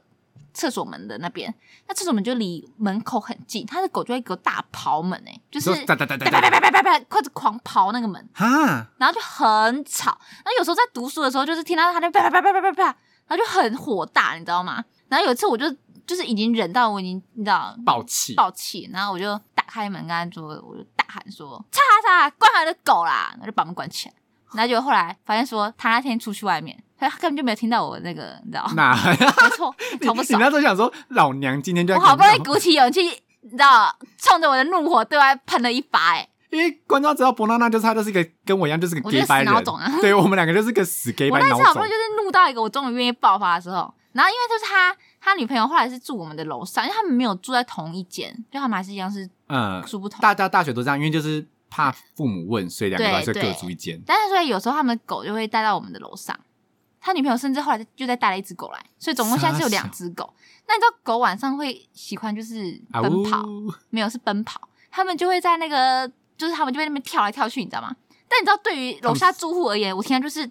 A: 厕所门的那边，那厕所门就离门口很近，他的狗就会给我大刨门哎、就是
B: 你说哒哒哒哒
A: 叭叭叭
B: 哒
A: 叭叭叭，快狂刨那个门，
B: 啊，
A: 然后就很吵。然后有时候在读书的时候，就是听到他在叭叭叭叭叭叭叭，然后就很火大，你知道吗？然后有一次我就就是已经忍到我已经你知道
B: 暴气，
A: 爆气，然后我就打开门跟他说，我就大喊说：“叉叉叉，关他的狗啦！”然后就把门关起来。然后就后来发现说，他那天出去外面，他根本就没有听到我那个，你知道吗？
B: 那
A: 没错，
B: 你
A: 超不
B: 你那
A: 爽。
B: 时候想说，老娘今天就
A: 我
B: 要
A: 好不
B: 跟
A: 容
B: 你
A: 易鼓起勇气，你知道，冲着我的怒火对外喷了一把、哎，
B: 因为观众知道伯娜娜就是她就是个跟我一样就是个
A: 我
B: gay
A: 就是
B: 白
A: 死
B: 人
A: 脑，种啊！
B: 对我们两个就是个死 gay
A: 我
B: 白
A: 那
B: 脑
A: 次好不容
B: 种
A: 易，就是怒到一个我终于愿意爆发的时候，然后因为就是他他女朋友后来是住我们的楼上，因为他们没有住在同一间，就他们还是一样是
B: 嗯，
A: 住不同。
B: 大家大学都这样，因为就是怕父母问，所以两个还是各租一间。
A: 但是所以有时候他们的狗就会带到我们的楼上。他女朋友甚至后来就再带了一只狗来，所以总共现在是有两只狗。那你知道狗晚上会喜欢就是
B: 啊
A: 奔
B: 呜
A: 跑，没有是奔跑，他们就会在那个就是他们就会在那边跳来跳去，你知道吗？但你知道对于楼下住户而言，我听到就是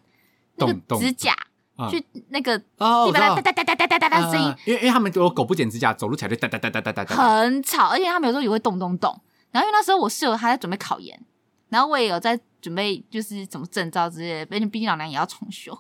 A: 那
B: 咚
A: 个
B: 咚
A: 指甲
B: 啊
A: 去那个地
B: 哦，我知
A: 板
B: 道
A: 哒哒哒哒哒哒哒哒的声音
B: 啊因为因为他们如果狗不剪指甲，走路起来就哒哒哒哒哒哒哒。
A: 很吵，而且他们有时候也会咚咚咚。然后因为那时候我室友他在准备考研，然后我也有在准备就是什么证照之类的，毕竟毕竟老娘也要重 修，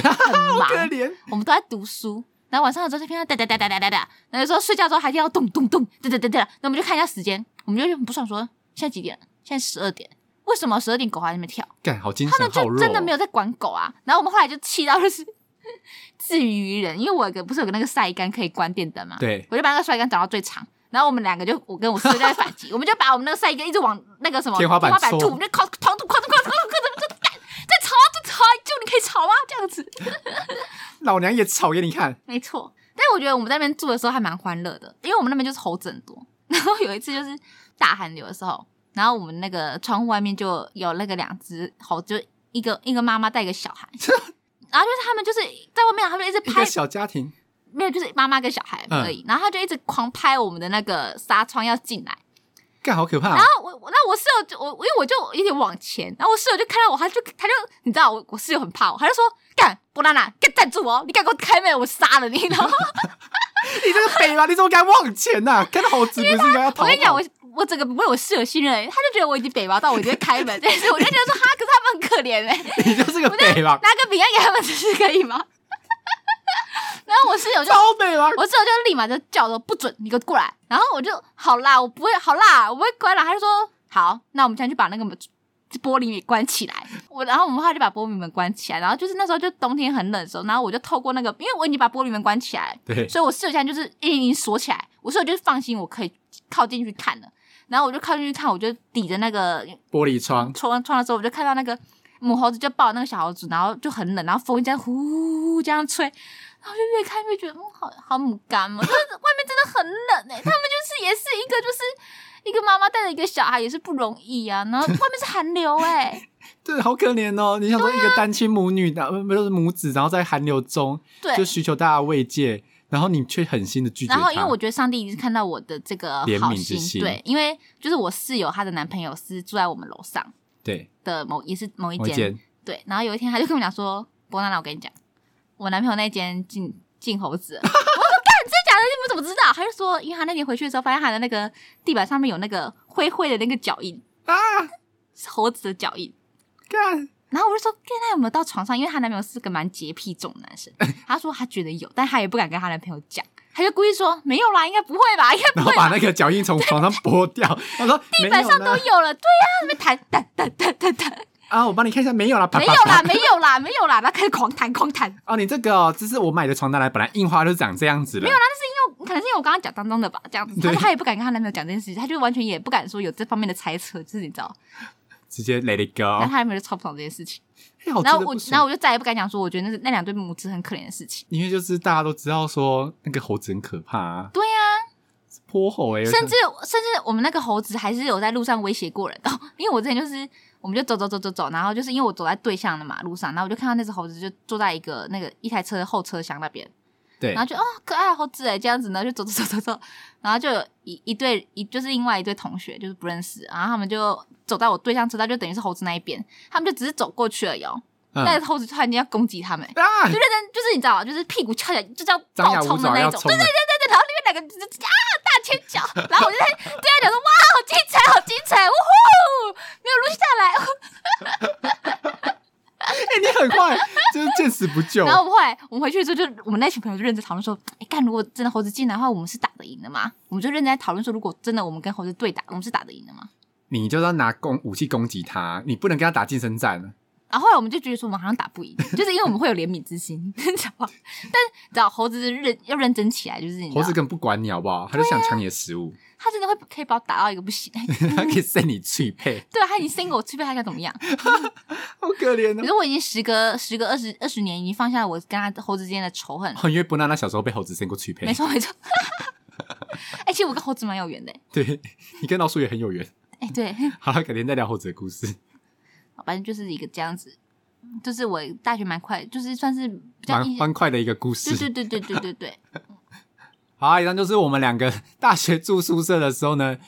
A: 很忙
B: 可。怜，
A: 我们都在读书，然后晚上的时候就听到哒哒哒哒哒哒哒，然后有时候睡觉之后还听到咚咚咚，哒哒哒哒，那我们就看一下时间，我们就很不爽说现在几点了？现在十二点，为什么十二点狗还在那边跳？
B: 干好精
A: 他
B: 神，
A: 们
B: 好
A: 就
B: 弱。哦
A: 真的没有在管狗啊。然后我们后来就气到就是 自娱于人，因为我有个不是有个那个晒杆可以关电灯嘛，
B: 对
A: 我就把那个晒杆找到最长。然后我们两个就，我跟我室友就在反击，我们就把我们那个晒杆一直往那个什么
B: 天花板戳
A: 吐，我们就狂狂吐狂吐狂吐狂吐，狂吐，干在吵啊在吵啊，就你可以吵吗？这样子，
B: 老娘也吵给你看。
A: 没错，但我觉得我们在那边住的时候还蛮欢乐的，因为我们那边就是猴子很多。然后有一次就是大寒流的时候，然后我们那个窗户外面就有那个两只猴子，就一个一个妈妈带一个小孩，然后就是他们就是在外面，他们一直
B: 一
A: 拍
B: 个，小家庭，
A: 没有就是妈妈跟小孩而已，然后他就一直狂拍我们的那个纱窗要进来。
B: 干好可怕
A: 然
B: 哦。
A: 后我我那我室友就我因为我就有点往前，然后我室友就看到我，他就他就你知道我我室友很怕我，他就说干波娜娜，干站住哦，你敢给我开门，我杀了 你！然后
B: 你这个北吧，你怎么敢往前呐？看到猴子不是应该要逃
A: 我
B: 跑？
A: 跟你讲，我我整个不被我室友信任、欸，他就觉得我已经北毛到我直接开 门，但是我就觉得说哈，可是他们很可怜哎、欸，
B: 你就是个北吧，
A: 拿个饼干给他们吃可以吗？ 然后我室友就
B: 超。北吧。
A: 我室友就立马就叫说不准你给我过来，然后我就好啦，我不会好啦，我不会乖啦。他就说好，那我们现在去把那个门玻璃门关起来。 我然后我们后来就把玻璃门关起来，然后就是那时候就冬天很冷的时候，然后我就透过那个，因为我已经把玻璃门关起来了，
B: 对，
A: 所以我室友现在就是已经锁起来，我室友就是放心，我可以靠近去看了。然后我就靠近去看，我就抵着那个
B: 玻璃窗，
A: 窗窗的时候，我就看到那个母猴子就抱那个小猴子，然后就很冷，然后风这样呼呼呼这样吹，然后就越看越觉得，嗯，好好母干嘛，就是外面真的很冷 哎、他们就是也是一个就是一个妈妈带着一个小孩也是不容易啊，然后外面是寒流哎、
B: 对，好可怜哦。你想说一
A: 啊
B: 个单亲母女，然后不是母子，然后在寒流中
A: 对
B: 就。寻求大家慰藉，然后你却狠心的拒绝
A: 然
B: 他。
A: 后，因为我觉得上帝已经看到我的这个
B: 怜
A: 好
B: 悯之心
A: 对，因为就是我室友她的男朋友是住在我们楼上，
B: 对，
A: 的某也是某一
B: 我
A: 间，
B: 见
A: 对。然后有一天他就跟我讲说：“波娜娜，我跟你讲，我男朋友那间进进猴子了。” 我说：“干，真的假的？你们怎么知道？”他就说：“因为他那天回去的时候，发现他的那个地板上面有那个灰灰的那个脚印，
B: 啊，
A: 是猴子的脚印。”
B: 干
A: 然后我就说：“跟他有没有到床上？因为她男朋友是个蛮洁癖重的男生。”他说他觉得有，但他也不敢跟他男朋友讲，他就故意说：“没有啦，应该不会吧，应该
B: 然
A: 不
B: 后
A: 会吧。”
B: 把那个脚印从床上剥 掉，我说
A: 地板上
B: 没
A: 都
B: 有啦
A: 有了，对呀、啊，那边弹弹弹弹弹弹，
B: 啊，我帮你看一下，没有啦，啪
A: 没
B: 啪
A: 有
B: 啪
A: 啦，没有啦，没有啦，然后开始狂弹狂弹，
B: 哦，你这个哦这是我买的床单来，本来印花就是长这样子的，没有啦，
A: 可能是因为我刚刚讲当中的吧，这样子，
B: 对
A: 但是她也不敢跟她男朋友讲这件事情，她就完全也不敢说有这方面的猜测，就是你知道，
B: 直接 let it
A: 然后
B: go。
A: 她男朋友就超不爽这件事情，
B: 哎好
A: 然后
B: 啊真的
A: 我
B: 不，
A: 然
B: 爽
A: 后我就再也不敢讲说，我觉得那是那两对母子很可怜的事情，
B: 因为就是大家都知道说那个猴子很可怕啊，
A: 对呀、
B: 泼猴哎，
A: 甚至甚至我们那个猴子还是有在路上威胁过人的， 因为我之前就是。我们就走走走走走，然后就是因为我走在对向的马路上，然后我就看到那只猴子就坐在一个那个一台车的后车厢那边，
B: 对
A: 然后就哦可爱的猴子哎这样子呢，就走走走走走，然后就有一一对一就是另外一对同学就是不认识，然后他们就走到我对象车道，就等于是猴子那一边，他们就只是走过去而已、哦，
B: 嗯
A: 但是猴子突然间要攻击他们。
B: 啊，
A: 就认真，就是你知道吗？就是屁股翘起来，就叫
B: 张
A: 暴
B: 牙
A: 冲
B: 舞
A: 的
B: 爪
A: 那一
B: 要
A: 种。
B: 冲啊
A: 对
B: 了
A: 对，对对，然后里面两个就是啊大尖叫，然后我就 在对他讲说哇，好精彩，好精彩，呜呼，没有录下来。
B: 哎，你很坏，就是见死不 救
A: 然。后我们后来我们回去之后就，我们那群朋友就认真讨论说，哎，干，如果真的猴子进来的话，我们是打得赢的吗？我们就认真在讨论说，如果真的我们跟猴子对打，我们是打得赢的吗？
B: 你就是要拿攻武器攻击他，你不能跟他打近身战。
A: 然后后来我们就觉得说，我们好像打不赢， 就是因为我们会有怜悯之心， 你知道吗？但是你知道猴子是认要认真起来，就是你知
B: 猴
A: 道
B: 子，根本不管你好不好，他就想抢你的食物，
A: 他真的会可以把我打到一个不行。
B: 他可以塞你脆配，
A: 对啊，他已经 single 去被他该怎么样？
B: 好可怜
A: 可
B: 哦。
A: 是我已经时隔时隔二十二十年，已经放下我跟他猴子之间的仇恨。
B: 哦因为波娜娜小时候被猴子塞过脆配
A: 没，错没错，哎、其实我跟猴子蛮有缘的、
B: 对你跟老鼠也很有缘。
A: 哎、哎、对，
B: 好了，改天再聊猴子的故事，
A: 反正就是一个这样子，就是我大学蛮快，就是算是比较
B: 蛮
A: 印象，
B: 欢快的一个故
A: 对对
B: 事。
A: 对对对对 对，
B: 好啊，以上就是我们两个 大学住宿舍的时候呢，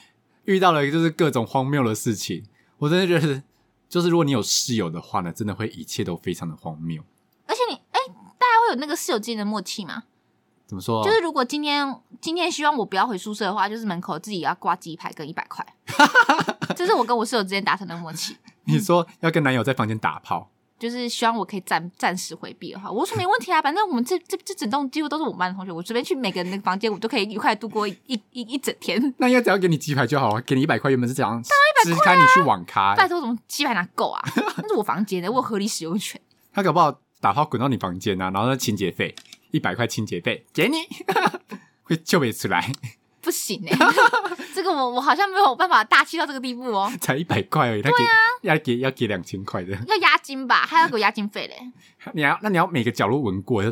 B: 遇到了就是各种荒谬的事情。我真的觉得，就是如果你有室友的话呢，真的会一切都非常的荒谬。
A: 而且你哎、大家会有那个室友之间的默契吗？
B: 怎么说？
A: 就是如果今天今天希望我不要回宿舍的话，就是门口自己要挂鸡排跟一百 块，这是我跟我室友之间达成的默契。
B: 你说要跟男友在房间打炮，
A: 就是希望我可以暂暂时回避的话，我说没问题啊，反正我们这这这整栋几乎都是我们班的同学，我随便去每个人的房间，我都可以愉快地度过一一一一整天。
B: 那应该只要给你鸡排就好了，给你一百块，原本是想支开你去网咖、
A: 拜托，怎么鸡排哪够啊？那是我房间的，我有合理使用权。
B: 他搞不好打炮滚到你房间啊，然后呢清洁费一百块清洁费给你， 会救不出来，
A: 不行哎、 这个我我好像没有办法大气到这个地步哦，
B: 才一百块而已，他
A: 啊
B: 给、要给要给两千块的，
A: 要押金吧？他要给我押金费嘞。
B: 你要那你要每个角落闻过。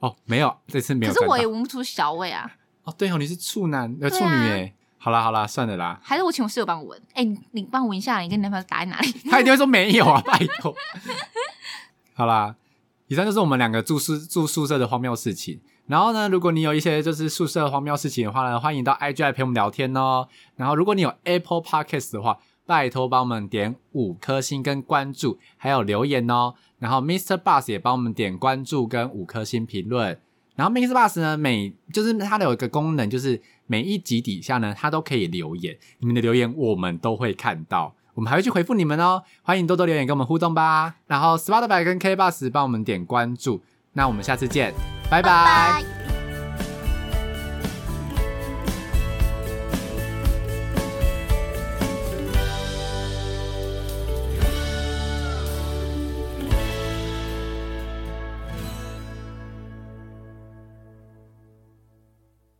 B: 哦，没有，这次
A: 可
B: 没有
A: 是
B: 沾到。
A: 我也闻不出小味啊，
B: 哦，对哦，你是处男呃
A: 对啊
B: 处女哎，好啦好啦，算了啦，
A: 还是我请我室友帮我闻？哎、你你帮我闻一下，你跟你男朋友打在哪里？
B: 他一定会说没 有啊，拜托。好啦，以上就是我们两个住宿住宿舍的荒谬事情。然后呢，如果你有一些就是宿舍荒谬事情的话呢，欢迎到 IG 来陪我们聊天哦。然后，如果你有 Apple Podcast 的话，拜托帮我们点五颗星跟关注，还有留言哦。然后 Mr. Bus 也帮我们点关注跟五颗星评论。然后 Mr. Bus 呢，每就是它的有一个功能，就是每一集底下呢，它都可以留言，你们的留言我们都会看到，我们还会去回复你们哦。欢迎多多留言跟我们互动吧。然后 Spotify 跟 K Bus 帮我们点关注，那我们下次见，拜拜